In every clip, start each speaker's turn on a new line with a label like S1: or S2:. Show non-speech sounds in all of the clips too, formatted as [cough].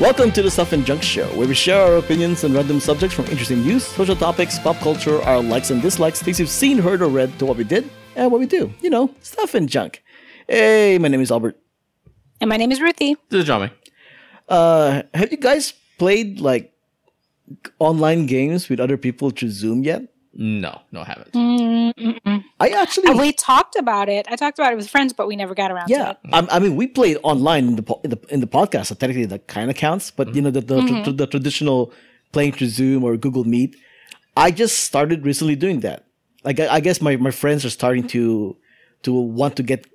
S1: Welcome to the Stuff and Junk Show, where we share our opinions on random subjects from interesting news, social topics, pop culture, our likes and dislikes, things you've seen, heard, or read, to what we did and what we do. You know, stuff and junk. Hey, my name is Albert.
S2: And my name is Ruthie.
S3: This is Jami.
S1: Uh, have you guys played like online games with other people through Zoom yet?
S3: No, no, I haven't.
S1: Mm. Mm-hmm. I actually
S2: And we talked about it. I talked about it with friends, but we never got around to
S1: Yeah,
S2: it.
S1: I, I mean, we played online in the po- in the, in the podcast, so technically that kind of counts. But you know, the the, tr- the traditional playing through Zoom or Google Meet, I just started recently doing that. Like, I, I guess my, my friends are starting to to want to get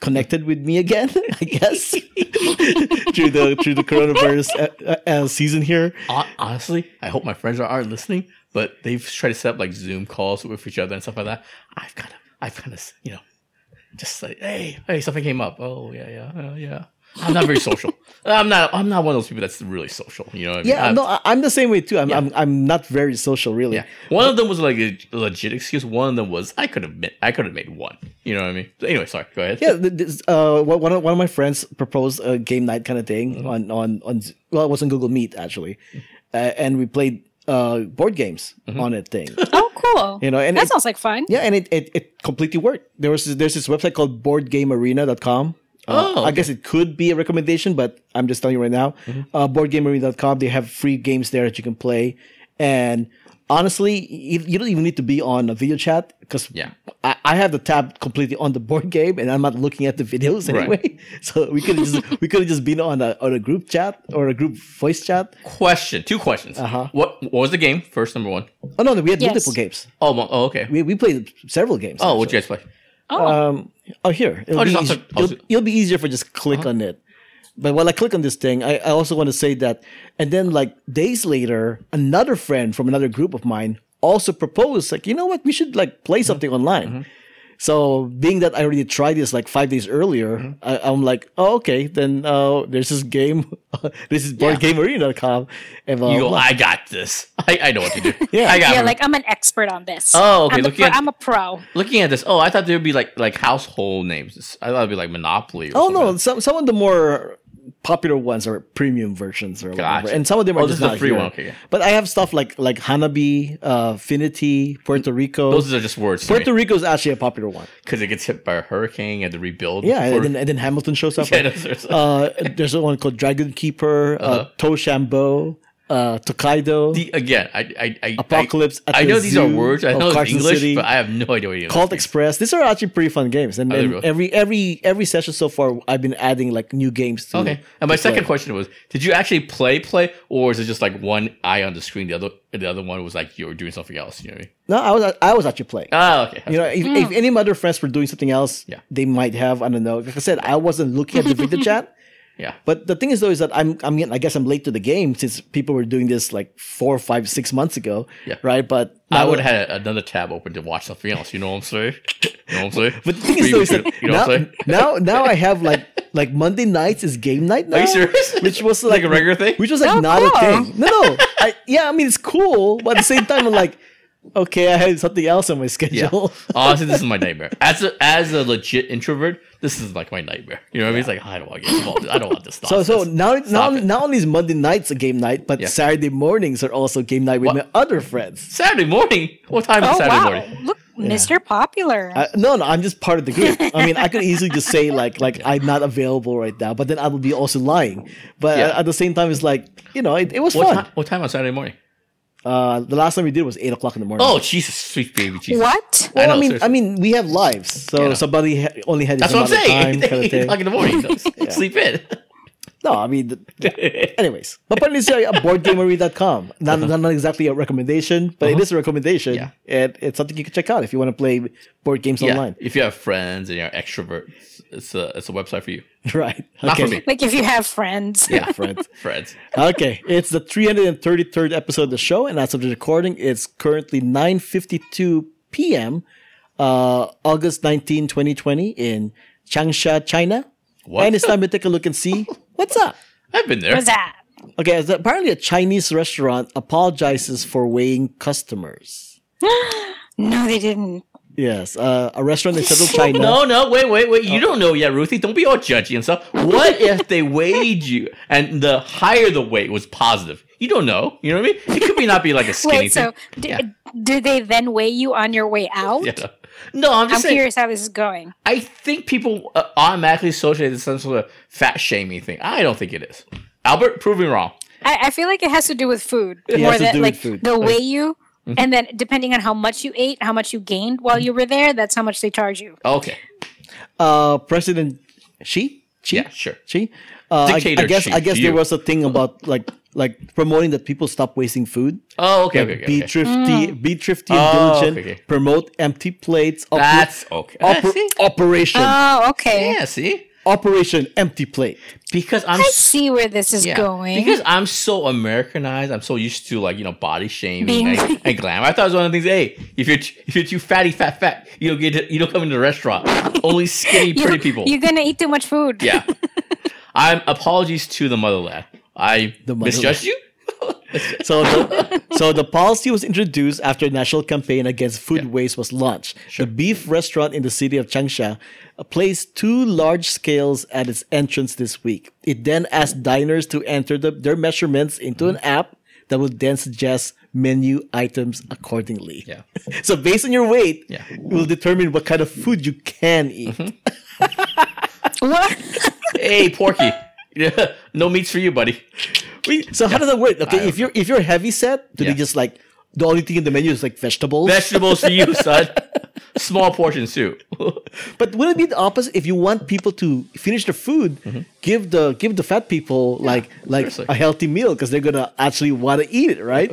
S1: connected with me again. [laughs] I guess through the through the coronavirus uh, uh, season here.
S3: Hon- Honestly, I hope my friends are, aren't listening, but they've tried to set up like Zoom calls with each other and stuff like that. I've kind of, I've kind of, you know, just like, hey, hey, something came up. Oh yeah, yeah, uh, yeah. I'm not very
S1: [laughs]
S3: social. I'm not. I'm not one of those people that's really social. You know. What I mean?
S1: Yeah,
S3: I'm-
S1: no, I, I'm the same way too. I'm
S3: Yeah.
S1: I'm, I'm not very social really.
S3: Yeah. One of them was like a legit excuse. One of them was I could have made. I could have made one. You know what I mean? Anyway, sorry. Go ahead.
S1: yeah, th- this, uh, one one of, one of my friends proposed a game night kind of thing on on on Z- well, it was on Google Meet actually, uh, and we played uh, board games on that thing.
S2: Oh, cool.
S1: You know, and
S2: that
S1: it-
S2: sounds like fun.
S1: yeah, and it, it it completely worked. There was there's this website called BoardGameArena.com. Uh,
S3: Oh,
S1: I guess it could be a recommendation, but I'm just telling you right now.
S3: Mm-hmm.
S1: Uh, BoardGameArena.com. They have free games there that you can play, and honestly, you, you don't even need to be on a video chat because
S3: Yeah.
S1: I, I have the tab completely on the board game, and I'm not looking at the videos
S3: Right.
S1: anyway. [laughs] So we could just we could have just been on a on a group chat or a group voice chat.
S3: Question. Two questions.
S1: Uh-huh.
S3: What What was the game? First, number one.
S1: Oh no, we had
S2: Yes.
S1: multiple games.
S3: Oh, mo- oh okay.
S1: We, we played several games.
S3: oh, what
S1: actually.
S3: you guys play?
S2: Oh,
S1: Um, oh, here. It'll,
S3: Oh,
S1: be,
S3: just Uh-huh.
S1: easy-
S3: also- also-
S1: it'll, it'll be easier if I just click on it. But while I click on this thing, I, I also want to say that. And then, like, days later, another friend from another group of mine also proposed, like, you know what? We should, like, play
S3: Uh-huh.
S1: something online. So, being that I already tried this, like, five days earlier,
S3: Uh-huh.
S1: I, I'm like, oh, okay, then uh, there's this game. [laughs] this is boardgamearena.com. And uh, blah,
S3: You go.
S1: blah,
S3: I got this. [laughs] I, I know what to do.
S1: Oh, [laughs] Yeah.
S3: I got
S2: yeah,
S3: it.
S2: like I'm an expert on this.
S3: Oh, okay,
S2: I'm, the
S3: look
S2: pro-
S3: at-
S2: I'm a pro.
S3: Looking at [laughs] this, oh, I thought there would be like like household names. I thought it'd be like Monopoly. Or
S1: Oh
S3: something.
S1: no, some some of the more popular ones are premium versions or whatever,
S3: Gotcha.
S1: and some of them are
S3: Oh,
S1: just
S3: this is a
S1: not
S3: free
S1: here.
S3: one, okay, yeah.
S1: But I have stuff like like Hanabi, uh, Finity, Puerto Rico.
S3: those are just words.
S1: Puerto
S3: Puerto
S1: Rico is actually a popular one.
S3: because it gets hit by a hurricane and to rebuild.
S1: Yeah,
S3: for-
S1: and
S3: [laughs]
S1: then, and then Hamilton shows up.
S3: Yeah,
S1: [laughs]
S3: those are-
S1: uh, there's one called Dragon Keeper, uh, Toshambo, uh, Tokaido,
S3: Uh-huh. the- again, I I, I
S1: Apocalypse at
S3: I, I
S1: the
S3: know these are
S1: Zoo
S3: words. I
S1: of
S3: know it's
S1: Carson
S3: English,
S1: City.
S3: but I have no idea what you
S1: Cult Express. These are actually pretty fun games, and,
S3: Are they
S1: and
S3: really?
S1: every every every session so far, I've been adding like new games. To,
S3: Okay. And my
S1: to play.
S3: second question was: Did you actually play play, or is it just like one eye on the screen, the other the other one was like you were doing something else? You know what I mean?
S1: No, I was I was actually playing.
S3: Ah, okay.
S1: You know, if, if any of my other friends were doing something else,
S3: Yeah.
S1: they might have. I don't know. Like I said, I wasn't looking at the
S3: [laughs]
S1: video chat.
S3: yeah.
S1: But the thing is, though, is that I'm, I'm, getting- I guess I'm late to the game since people were doing this like four, five, six months ago,
S3: Yeah.
S1: right? But
S3: I
S1: now-
S3: would have had another tab open to watch something else. You know what I'm saying? [laughs] You know what I'm saying?
S1: But the thing is, though, is that
S3: you know
S1: now,
S3: what I'm saying?
S1: now, now I have like,
S3: [laughs]
S1: like Monday nights is game night now.
S3: Are you serious? [laughs]
S1: Which was like,
S3: Like a regular thing?
S1: Which was like
S2: Oh,
S1: not a
S2: cool.
S1: thing. No, no. I, yeah, I mean it's cool, but at the same time, I'm like, okay, I had something else on my
S3: Yeah.
S1: schedule.
S3: Honestly, this is my nightmare. As a as a legit introvert, this is like my nightmare. You know what I mean? It's like I don't want to get involved. I don't want this.
S1: [laughs] So,
S3: Nonsense.
S1: so now, now,
S3: Stop it.
S1: not only is Monday nights a game night, but
S3: Yeah.
S1: Saturday mornings are also game night with my other friends.
S3: Saturday morning. What time is
S2: Oh
S3: Saturday
S2: wow,
S3: morning?
S2: look, Mr. Popular.
S1: I, no, no, I'm just part of the group. I mean, I could easily just say like, like I'm not available right now, but then I would be also lying. But
S3: Yeah.
S1: at, at the same time, it's like you know, it, it was
S3: What,
S1: fun.
S3: time, what time on Saturday morning?
S1: Uh, the last time we did was eight o'clock in the morning.
S3: Oh Jesus, sweet baby Jesus.
S2: what?
S1: well, I,
S3: I know,
S1: mean,
S3: seriously.
S1: I mean, we have lives, so
S3: Yeah.
S1: somebody ha- only had this
S3: That's what I'm
S1: amount of
S3: saying.
S1: time, kind
S3: [laughs]
S1: of thing.
S3: Like in the morning,
S1: [laughs]
S3: so sleep in.
S1: No, I mean, the, anyways, my point is yeah, boardgamery.com. Not, not not exactly a recommendation, but it is a recommendation,
S3: Uh-huh. Yeah.
S1: and it's something you can check out if you want to play board games
S3: yeah.
S1: online. [laughs]
S3: If you have friends and you're extroverts, it's a it's a website for you.
S1: Right?
S3: Not for me.
S2: Like if you have friends. [laughs]
S3: Yeah,
S1: [laughs] friends.
S3: friends.
S1: okay, it's the 333rd episode of the show, and as of the recording, it's currently 9:52 p.m. Uh, August 19, 2020, in Changsha, China.
S3: What?
S1: And it's time to take a look and
S3: [laughs]
S1: see what's up.
S3: I've been there.
S2: What's that?
S1: Okay, so apparently a Chinese restaurant apologizes for weighing customers.
S2: No, they didn't.
S1: Yes, uh, a restaurant in
S3: [laughs]
S1: central China.
S3: Oh, No, no, wait, wait, wait. You don't know yet, Ruthie. Don't be all judgy and stuff. What if [laughs] they weighed you and the higher the weight was positive? You don't know. You know what I mean? It could be not
S2: [laughs]
S3: be like a skinny
S2: Wait, so
S3: thing. [laughs]
S2: d-
S3: Yeah.
S2: do they then weigh you on your way out?
S3: Yeah. No, I'm
S2: I'm
S3: just saying.
S2: curious how this is going.
S3: I think people uh, automatically associate this with some sort of fat shaming thing. I don't think it is. Albert, prove me wrong.
S2: I, I feel like it has to do with food
S1: It
S2: more
S1: has to
S2: than
S1: do with
S2: like
S1: food. mm-hmm.
S2: they'll weigh you, and then depending on how much you ate, how much you gained while you were there, that's how much they charge you.
S3: Okay.
S1: Uh, President Xi. Xi?
S3: Yeah, sure.
S1: Xi. Uh, I- I,
S3: Dictator
S1: guess
S3: Xi,
S1: I guess
S3: you.
S1: there was a thing about like like promoting that people stop wasting food.
S3: Oh, okay, okay, okay.
S1: be
S3: okay.
S1: thrifty, be thrifty
S3: Oh,
S1: and
S3: okay,
S1: diligent.
S3: okay.
S1: Promote empty plates. oper-
S3: That's okay.
S1: oper-
S3: See?
S1: operation,
S2: Oh, okay.
S3: Yeah, see?
S1: operation empty plate.
S3: Because I'm
S2: I
S3: so
S2: see where this is
S3: Yeah,
S2: going.
S3: Because I'm so Americanized, I'm so used to like you know body shaming
S2: Being-
S3: and, and glamour. I thought it was one of the things. Hey, if you're t- if you're too fatty, fat, fat, you don't get to, you don't come into the restaurant.
S2: [laughs]
S3: Only skinny,
S2: You-
S3: pretty people.
S2: You're gonna eat too much food.
S3: yeah. I'm apologies to the motherland. I
S1: The motherland.
S3: misjudged you.
S1: So,
S3: [laughs]
S1: the, so the policy was introduced after a national campaign against food waste was launched. The beef restaurant in the city of Changsha uh, placed two large scales at its entrance this week. It then asked diners to enter the, their measurements into an
S3: Mm-hmm.
S1: app that would then suggest menu items accordingly.
S3: Yeah.
S1: [laughs] So based on your weight,
S3: Yeah. Mm-hmm.
S1: it will determine what kind of food you can eat.
S2: [laughs] What?
S3: Hey, Porky. [laughs] Yeah, no meats for you, buddy.
S1: So how does that work? Okay, if you're if you're heavy set, do
S3: Yeah.
S1: they just like the only thing in the menu is like vegetables?
S3: Vegetables for
S2: [laughs]
S3: you, son. Small portions too.
S1: But would it be the opposite if you want people to finish their food? Give the give the fat people like like
S3: seriously.
S1: a healthy meal because they're gonna actually want to eat it, right?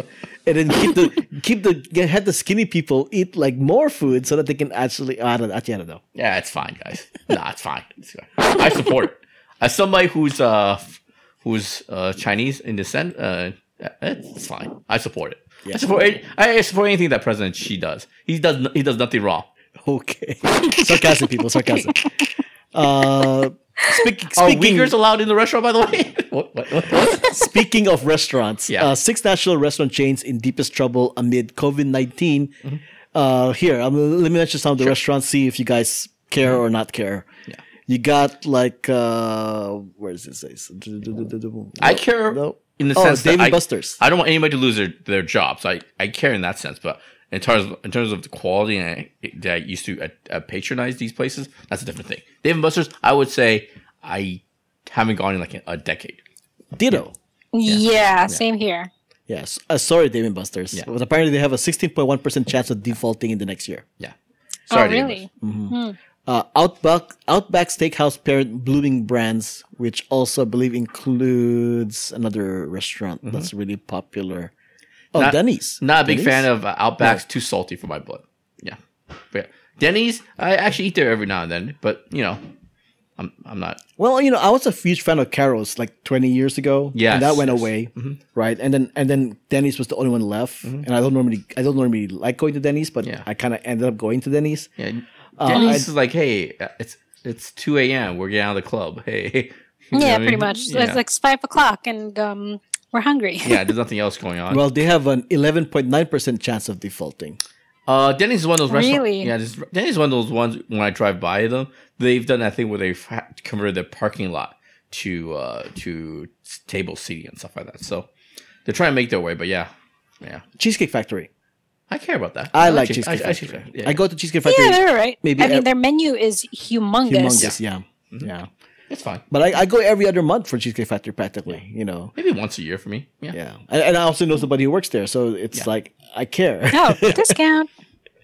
S1: and then keep the keep the get, have the skinny people eat like more food so that they can actually I don't actually I don't know.
S3: Yeah, it's fine, guys. Nah, it's fine. It's fine. I support it. As somebody who's uh who's uh Chinese in descent, uh, it's fine. I support it. I support it. I support anything that President Xi does. He does. no- He does nothing wrong.
S1: Okay, sarcasm, people, sarcasm. Uh, speak,
S3: Are
S1: speaking
S3: Uyghurs allowed in the restaurant? By the way, [laughs] what, what, what, what?
S1: Speaking of restaurants,
S3: Yeah.
S1: uh, six national restaurant chains in deepest trouble amid COVID 19. Uh, here, I'm, let me mention some of the restaurants, see if you guys
S3: Mm-hmm.
S1: care or not care. Yeah. You got like, uh, where is this?
S3: I care
S1: No.
S3: in the
S1: Oh,
S3: sense
S1: Dave
S3: that
S1: and
S3: I,
S1: Buster's.
S3: I don't want anybody to lose their, their jobs. I, I care in that sense, but in terms in terms of the quality and I, that I used to uh, uh, patronize these places, that's a different thing. Dave and Buster's, I would say I haven't gone in like a, a decade.
S1: Ditto.
S2: Yeah, same here.
S1: Yes. Uh, sorry, Dave and Buster's.
S3: Yeah.
S1: But apparently, they have a 16.1% chance of defaulting in the next year.
S3: Yeah.
S2: oh,
S3: Dave and
S2: really?
S1: Uh, Outback Outback Steakhouse parent Blooming Brands, which also I believe includes another restaurant that's really popular. Oh,
S3: Mm-hmm. Not-
S1: Denny's.
S3: Buster's. Not a big
S1: Denny's?
S3: fan of uh, Outback's. Too salty for my blood. Yeah. But yeah. Denny's, I actually eat there every now and then, but you know, I'm I'm not.
S1: Well, you know, I was a huge fan of Carol's like 20 years ago.
S3: Yes,
S1: and that went
S3: yes. Mm-hmm.
S1: away, right? And then and then Denny's was the only one left. And I don't normally I don't normally like going to Denny's, but
S3: Yeah.
S1: I kind of ended up going to Denny's.
S3: Yeah.
S1: Uh,
S3: Denny's
S1: I-
S3: is like, hey, uh, it's it's 2 a.m. We're getting out of the club. Hey. [laughs] You know what
S2: Yeah,
S3: I
S2: pretty
S3: mean?
S2: much.
S3: Yeah.
S2: It's like five o'clock, and um, we're hungry. [laughs]
S3: yeah, there's nothing else going on.
S1: Well, they have an 11.9% chance of defaulting.
S3: uh, Denny's is one of those restaurants.
S2: Really?
S3: Yeah, this, Denny's is one of those ones when I drive by them, they've done that thing where they've ha- converted their parking lot to uh, to s- table seating and stuff like that. So they're trying to make their way, but yeah, yeah,
S1: Cheesecake Factory.
S3: I care about that.
S1: I like
S3: Oh, cheese-
S1: Cheesecake
S3: I,
S1: Factory. I,
S3: I, yeah,
S1: go to Cheesecake
S2: yeah,
S1: Factory.
S2: they're all right.
S1: Maybe
S2: I mean,
S1: ev-
S2: their menu is humongous.
S1: Humongous, yeah.
S2: Mm-hmm.
S1: Yeah.
S3: it's fine.
S1: But I, I go every other month for Cheesecake Factory practically, you know.
S3: Maybe once a year for me. Yeah,
S1: Yeah. And, and I also
S2: Mm-hmm.
S1: know somebody who works there, so it's like I care.
S2: [laughs]
S3: [laughs]
S2: Oh, discount.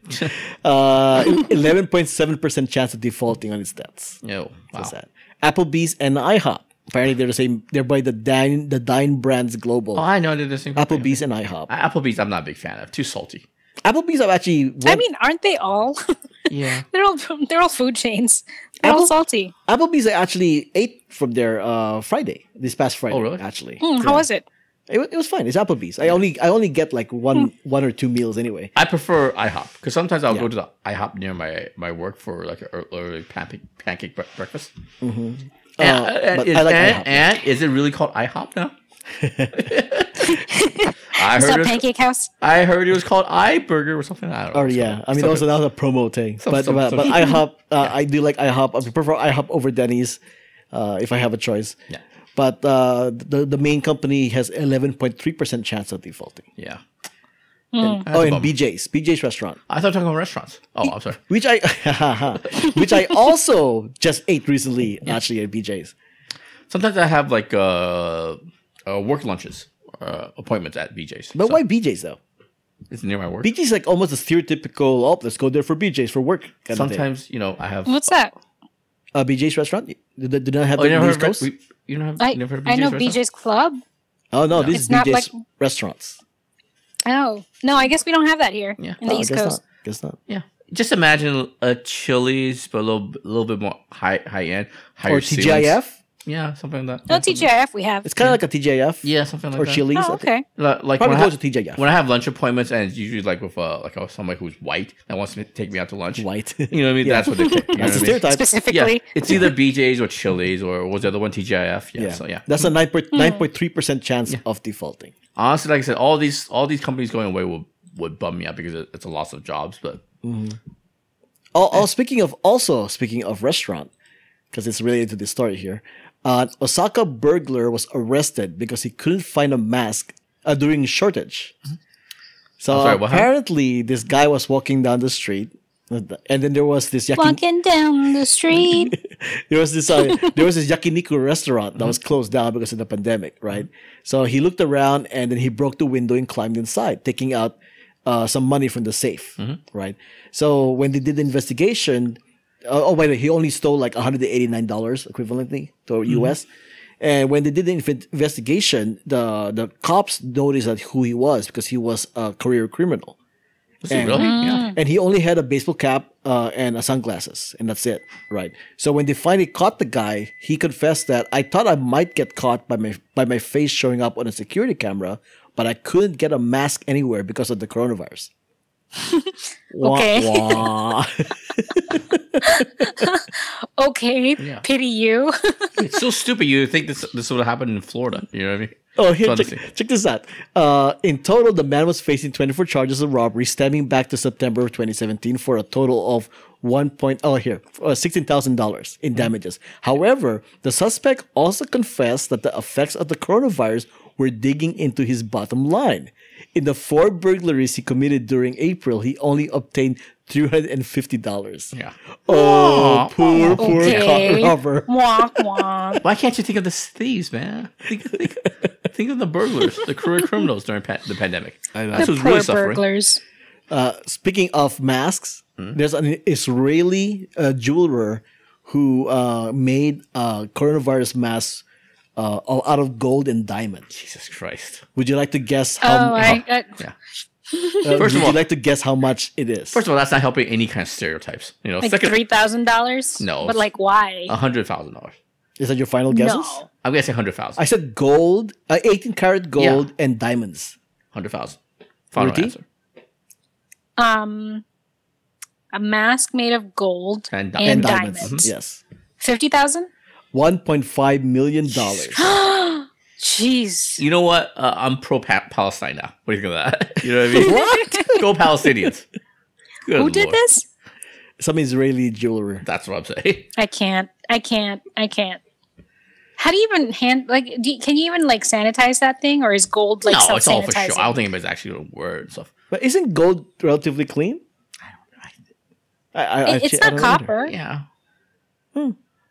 S1: [laughs] Uh, 11.7% chance of defaulting on its debts.
S3: yeah. Oh, wow.
S1: What's that? Applebee's and IHOP. Apparently they're the same they're by the Dine the Dine Brands Global.
S3: Oh, I know they're the same. company.
S1: Applebee's and IHOP.
S3: I- Applebee's, I'm not a big fan of. Too salty.
S1: Applebee's I've actually
S2: I
S1: went-
S2: mean, aren't they all? [laughs]
S3: Yeah.
S2: they're all they're all food chains. They're all
S1: Apple-
S2: salty.
S1: Applebee's I actually ate from there uh, Friday, this past Friday
S3: Oh, really?
S1: actually.
S2: Hmm, How was it?
S1: It, wa- it was fine. It's Applebee's. I only I only get like one
S2: Hmm.
S1: one or two meals anyway.
S3: I prefer IHOP because sometimes I'll go to the IHOP near my my work for like an early pancake pancake bre- breakfast. And,
S1: Mm-hmm. Uh,
S3: and-
S1: but
S3: is,
S1: I like
S3: and,
S1: IHOP. [laughs]
S3: and is it really called IHOP now? I
S2: It's
S3: heard
S2: not
S3: it.
S2: Pancake House.
S3: I heard it was called iBurger or something. I don't know.
S1: Or Oh, yeah, I mean,
S3: Something-
S1: also that was a promo thing.
S3: Some-
S1: but
S3: some-
S1: but,
S3: some-
S1: but
S3: [laughs]
S1: IHOP, uh, I do like IHOP. I prefer IHOP over Denny's uh, if I have a choice.
S3: Yeah.
S1: But uh, the the main company has eleven point three percent chance of defaulting.
S3: Yeah. Mm. That's
S1: oh,
S3: a
S1: and
S3: bummer.
S1: BJ's, BJ's restaurant,
S3: I thought talking about restaurants. Oh, I'm sorry.
S1: which I [laughs] which I also just ate recently, actually at BJ's.
S3: Sometimes I have like uh, uh work lunches, uh, appointments at BJ's.
S1: But
S3: So
S1: why BJ's though?
S3: It's near my work.
S1: BJ's like almost a stereotypical. Oh, let's go there for BJ's for work. Kind Sometimes
S3: Sometimes you know I have.
S2: What's that?
S1: uh, BJ's restaurant. Did, did not have
S3: Oh,
S1: the
S3: you never heard
S1: East
S3: of,
S1: Coast?
S3: we, you never have,
S2: I,
S3: you never heard of
S2: I know
S3: restaurant?
S2: BJ's Club.
S1: oh no, this
S2: It's
S1: is
S2: not
S1: BJ's
S2: like-
S1: restaurants.
S2: Oh no, I guess we don't have that here
S3: Yeah.
S2: in the
S1: Oh,
S2: East
S1: guess
S2: Coast.
S1: Not. Guess not.
S3: Yeah. Just imagine a Chili's, but a little, little bit more high, high end, higher
S1: Or
S3: ceilings.
S1: TGIF.
S3: Yeah, something like that.
S2: No TGIF we have.
S1: It's kind of like a TJF
S3: Yeah, something like
S1: or
S3: that.
S1: Chili's. I
S2: Oh,
S1: think.
S2: okay.
S3: Li- Like when
S1: Probably
S3: I,
S1: goes
S3: have,
S1: to TJF.
S3: when I have lunch appointments, and it's usually like with uh, like somebody who's white that wants to take me out to lunch.
S1: White. [laughs]
S3: You know what I mean?
S1: Yeah.
S3: That's what they pick.
S1: [laughs]
S3: You know
S1: That's a
S3: what I mean?
S1: stereotype.
S2: Specifically,
S3: Yeah, it's either BJ's or Chili's or what was the other one? TGIF. Yeah. So yeah,
S1: That's a
S2: Hmm.
S1: 9.3 percent chance of defaulting.
S3: honestly, like I said, all these all these companies going away will would bum me out because it- it's a loss of jobs. But
S1: Oh, oh, speaking of also speaking of restaurant, because it's related to the story here. Uh, Osaka burglar was arrested because he couldn't find a mask uh, during shortage. So
S3: Mm-hmm. I'm sorry, what happened?
S1: apparently, this guy was walking down the street, and then there was this yaki-
S2: walking down the
S3: [laughs]
S2: street.
S1: there was this uh, there was this yakiniku restaurant that was closed down because of the pandemic, right? So he looked around and then he broke the window and climbed inside, taking out uh, some money from the safe, right? So when they did the investigation, uh, oh by the way, he only stole like one hundred and eighty nine dollars equivalently to U.S. And when they did the inv- investigation, the the cops noticed that who he was because he was a career criminal
S3: Was it really, yeah,
S1: and he only had a baseball cap uh, and a sunglasses, and that's it, right? So when they finally caught the guy, he confessed that I thought I might get caught by my by my face showing up on a security camera, but I couldn't get a mask anywhere because of the coronavirus. Wah,
S2: Okay.
S1: wah.
S2: Okay,
S3: Yeah.
S2: pity
S3: [laughs]
S2: you.
S3: it's so stupid. You think this this would happen in Florida? You know what I mean?
S1: Oh, here,
S3: Fun to
S1: check,
S3: see.
S1: check this out. Uh, in total, the man was facing 24 charges of robbery stemming back to September of 2017 for a total of one point oh here uh, sixteen thousand dollars in damages. However, the suspect also confessed that the effects of the coronavirus were digging into his bottom line. In the four burglaries he committed during April, he only obtained three hundred and fifty dollars.
S3: Yeah.
S1: Oh, poor, poor
S2: Okay.
S1: co- [laughs] robber.
S2: Womp womp.
S3: Why can't you think of the thieves, man? Think, think, think of the burglars,
S2: [laughs]
S3: the career criminals during pa- the pandemic. That's
S2: The
S3: who's
S2: poor
S3: really suffering.
S2: burglars.
S1: speaking of masks, there's an Israeli uh, jeweler who uh, made uh, coronavirus masks uh, all out of gold and diamonds.
S3: Jesus Christ!
S1: Would you like to guess
S3: Um,
S1: how?
S2: Oh, I, I, [laughs]
S3: Yeah.
S1: uh,
S3: First
S1: would
S3: of
S1: you
S3: all,
S1: like to guess how much it is?
S3: first of all, that's not helping any kind of stereotypes. You know,
S2: like
S3: second,
S2: three thousand dollars.
S3: No.
S2: but like why?
S3: hundred thousand dollars.
S1: is that your final
S2: no,
S1: guesses?
S3: I'm gonna say hundred thousand.
S1: I said gold, uh, 18 karat gold and diamonds.
S3: Hundred thousand. Final
S1: Rudy?
S3: answer.
S2: um, a mask made of gold
S3: And
S2: and,
S3: diamonds. Mm-hmm. And
S2: diamonds.
S1: Yes.
S2: Fifty thousand. [gasps]
S1: 1.5 million dollars.
S2: Jeez.
S3: You know what? Uh, I'm pro pa- Palestine now. What do you think of that? [laughs] You know what
S2: [laughs]
S3: I mean?
S1: what?
S3: Go Palestinians. Good
S2: Who did
S3: Lord.
S2: this?
S1: Some Israeli jeweler.
S3: That's what I'm saying. [laughs]
S2: I can't. I can't. I can't. How do you even hand like? Do you, can you even like sanitize that thing, or is gold like
S3: no,
S2: self
S3: it's all for show. I
S2: sanitizing?
S3: don't think anybody's actually gonna word stuff.
S1: But isn't gold relatively clean? I, I, I,
S2: it's
S1: I don't
S2: not
S1: know either.
S2: copper.
S3: Yeah.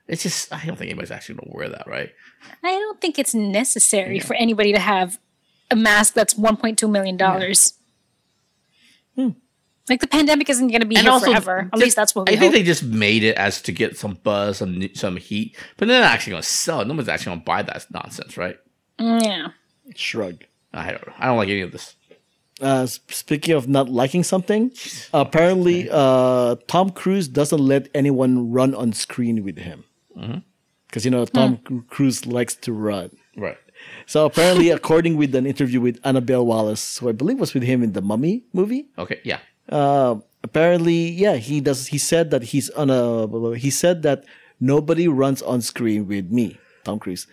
S3: It's just I don't think anybody's actually gonna wear that, right?
S2: I don't think it's necessary for anybody to have a mask that's one point two million dollars.
S3: Hmm.
S2: Like the pandemic isn't going to be here forever. At
S3: ju-
S2: least that's what we
S3: I
S2: hope.
S3: think they just made it as to get some buzz, some ne- some heat, but they're not actually gonna sell. it. No one's actually gonna buy that nonsense, right?
S2: Mm, yeah.
S1: Shrug.
S3: I don't. know. I don't like any of this.
S1: uh, s- speaking of not liking something, apparently uh, Tom Cruise doesn't let anyone run on screen with him. Because, you know, Tom Cru- Cruise likes to run.
S3: Right.
S1: So apparently, according with an interview with Annabelle Wallace, who I believe was with him in the Mummy movie,
S3: Okay. Yeah.
S1: uh, apparently, yeah, he does. He said that he's on a. He said that nobody runs on screen with me, Tom Cruise.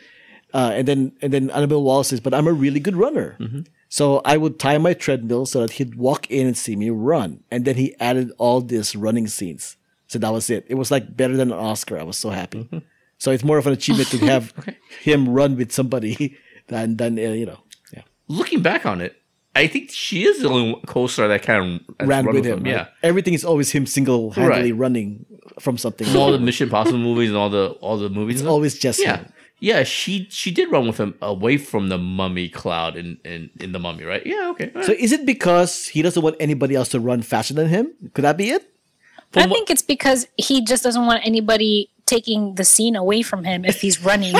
S1: Uh, and then and then Annabelle Wallace says, "But I'm a really good runner."
S3: Mm-hmm.
S1: So I would tie my treadmill so that he'd walk in and see me run. And then he added all these running scenes. So that was it. It was like better than an Oscar. I was so happy.
S3: Mm-hmm.
S1: So it's more of an achievement
S3: [laughs]
S1: to have him run with somebody [laughs] than than uh, you know. Yeah.
S3: Looking back on it, I think she is the only co-star that kind of has
S1: ran
S3: run
S1: with him. right?
S3: Yeah,
S1: Everything is always him single handedly
S3: Right.
S1: running from something.
S3: all the Mission Impossible movies and all the all the movies. and stuff.
S1: always just
S3: yeah,
S1: him.
S3: yeah. She she did run with him away from the mummy cloud in in, in the mummy, right? Yeah, okay.
S1: So is it because he doesn't want anybody else to run faster than him? Could that be it?
S2: I think it's because he just doesn't want anybody taking the scene away from him if he's
S3: [laughs]
S2: running.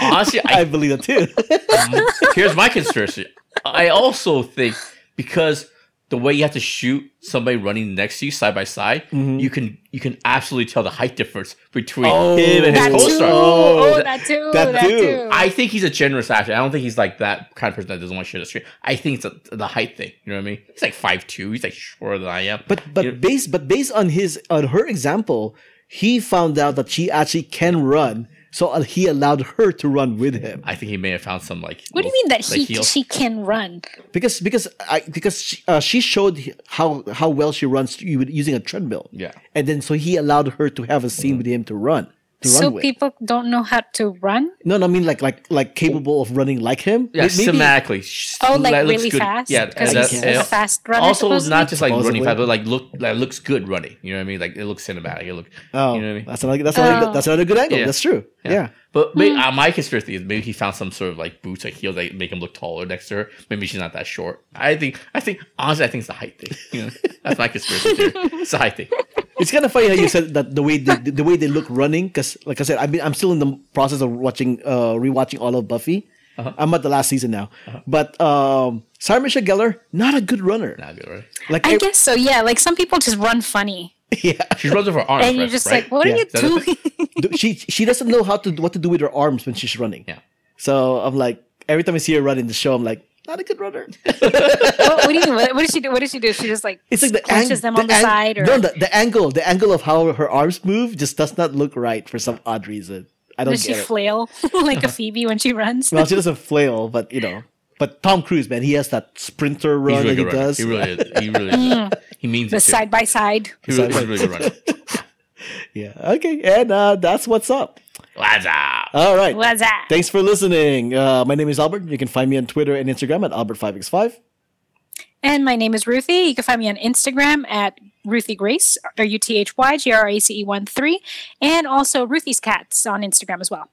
S3: honestly, I
S1: I believe that
S3: [laughs]
S1: too.
S3: here's my conspiracy. I also think because the way you have to shoot somebody running next to you side by side, you can you can absolutely tell the height difference between
S1: Mm-hmm. Oh.
S3: him and his
S2: that too.
S3: co-star.
S2: Oh,
S3: That-
S2: that too.
S1: that
S2: That,
S1: too.
S2: too.
S3: I think he's a generous actor. I don't think he's like that kind of person that doesn't want to share the screen. I think it's a, the height thing. You know what I mean? He's like five two. He's like shorter than I am.
S1: But but
S3: Yeah.
S1: based but based on his on her example, he found out that she actually can run, so uh, he allowed her to run with him
S3: I think he may have found some like.
S2: what do you mean that
S3: like
S2: he
S3: heels.
S2: she can run?
S1: because because I, because she, uh, she showed how how well she runs u- using a treadmill.
S3: Yeah. Mm-hmm.
S1: and then so he allowed her to have a scene with him to run to
S2: So
S1: run with.
S2: people don't know how to run?
S1: no, no, I mean like like like capable of running like him.
S3: Yeah,
S1: May- maybe-
S3: cinematically. sh-
S2: Oh, like
S3: that looks
S2: really
S3: good.
S2: fast?
S3: Yeah,
S2: Because
S3: and
S2: he's
S3: that- uh,
S2: a fast runner.
S3: also not just like
S1: Supposedly.
S3: running fast, but like look that looks good running. You know what I mean? Like it looks cinematic. It looks.
S1: Oh,
S3: you know what I mean?
S1: that's another that's another,
S2: Oh.
S1: that's another good angle.
S3: Yeah.
S1: That's true. Yeah.
S3: But
S2: Hmm.
S3: maybe, uh, my conspiracy is maybe he found some sort of like boots, like heels that make him look taller next to her. Maybe she's not that short. I think. I think honestly, I think it's the height thing. You know, that's my conspiracy theory. It's the
S2: [laughs]
S3: height thing.
S1: It's kind of funny how you said that the way they, the way they look running because like I said I mean, I'm still in the process of watching uh rewatching all of Buffy. I'm at the last season now. But um Sarah Michelle Gellar not a good runner.
S3: Not good, right?
S1: Like
S2: I
S1: ev-
S2: guess so, yeah. Like some people just run funny.
S1: [laughs] yeah.
S3: She runs with her arms.
S2: And you're
S3: right?
S2: just
S3: Right?
S2: like, what
S1: Yeah.
S2: are you
S3: That is-
S2: doing? [laughs]
S1: she she doesn't know how to what to do with her arms when she's running.
S3: Yeah.
S1: So I'm like every time I see her run in the show I'm like not a good
S2: [laughs]
S1: runner.
S2: what, what do you mean? What, what does she do? What does she do? She just like
S1: It's like the ang-
S2: clenches them on the,
S1: ang-
S2: side, or
S1: no, the, the angle, the angle of how her arms move just does not look right for some odd reason. I don't
S2: does she
S1: get it.
S2: flail [laughs] like
S3: [laughs]
S2: a Phoebe when she runs?
S1: well, she doesn't flail, but you know. But Tom Cruise, man, he has that sprinter
S3: He's
S1: run
S3: really
S1: that he
S3: good runner.
S1: does.
S3: He really is. He really
S2: Hmm.
S3: is. He means
S2: the
S3: it. Too.
S2: side by side.
S3: He really, he's a really good runner.
S1: yeah. Okay. And uh, that's what's up.
S3: What's up?
S1: All right.
S2: What's that?
S1: Thanks for listening. Uh, my name is Albert. You can find me on Twitter and Instagram at Albert5x5.
S2: And my name is Ruthie. You can find me on Instagram at Ruthie Grace, or U T H Y G R A C E 1 3, and also Ruthie's Cats on Instagram as well.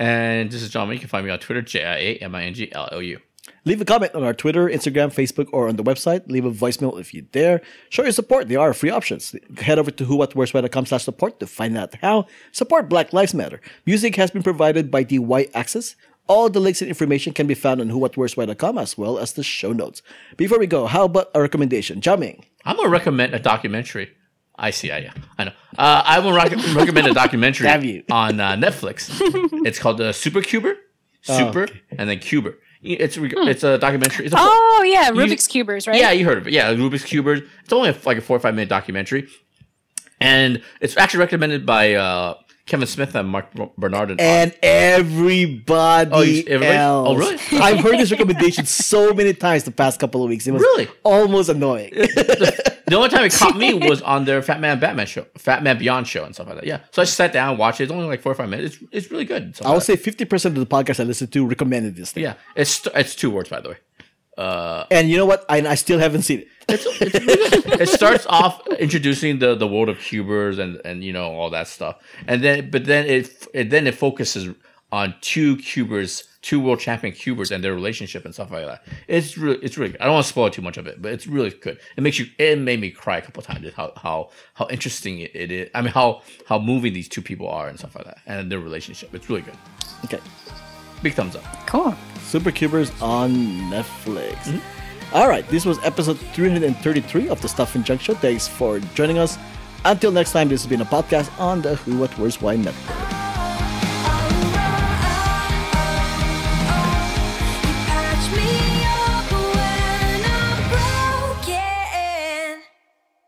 S3: And this is John. May. You can find me on Twitter, J I A M I N G L O U.
S1: Leave a comment on our Twitter, Instagram, Facebook, or on the website. Leave a voicemail if you dare. Show your support. There are free options. Head over to whowhatwhereswhere.com slash support to find out how. Support Black Lives Matter. Music has been provided by the Y Axis. All the links and information can be found on whowhatwhereswhere.com as well as the show notes. Before we go, how about a recommendation? Jamming.
S3: I'm gonna recommend a documentary. I see. I, I know. Uh, I will rock, recommend a documentary
S1: Have you?
S3: on uh, Netflix. it's called uh, Super Cuber, Super, and then Cuber. It's re- it's a documentary. It's a
S2: Oh, yeah. Rubik's Cubers, right?
S3: yeah, you heard of it. Yeah, Rubik's Cubers. It's only a, like a four or five minute documentary, and it's actually recommended by uh, Kevin Smith and Mark Bernard. And,
S1: And everybody
S3: Oh, you- everybody?
S1: else.
S3: Oh, really?
S1: [laughs] I've heard this recommendation so many times the past couple of weeks. It was
S3: Really?
S1: almost annoying.
S3: the only time it caught me was on their Fat Man Batman show, Fat Man Beyond show, and stuff like that. Yeah, so I just sat down, watched it. It's only like four or five minutes. It's, it's really good. and stuff
S1: I would say
S3: like
S1: 50% of the podcasts I listen to recommended this
S3: that.
S1: thing.
S3: yeah, it's it's two words by the way.
S1: And you know what? I, I still haven't seen it.
S3: it starts off introducing the the world of cubers and and you know all that stuff and then but then it, it then it focuses on two cubers two world champion cubers and their relationship and stuff like that it's really it's really good. i don't want to spoil too much of it but it's really good it makes you it made me cry a couple times just how how how interesting it, it is i mean how how moving these two people are and stuff like that and their relationship it's really good
S1: Okay.
S3: big thumbs up
S2: Cool.
S1: Super Cubers on Netflix. Mm-hmm. All right. This was episode 333 of the Stuff in Junk Show. Thanks for joining us. Until next time, this has been a podcast on the Who, What, Where's, Why Network.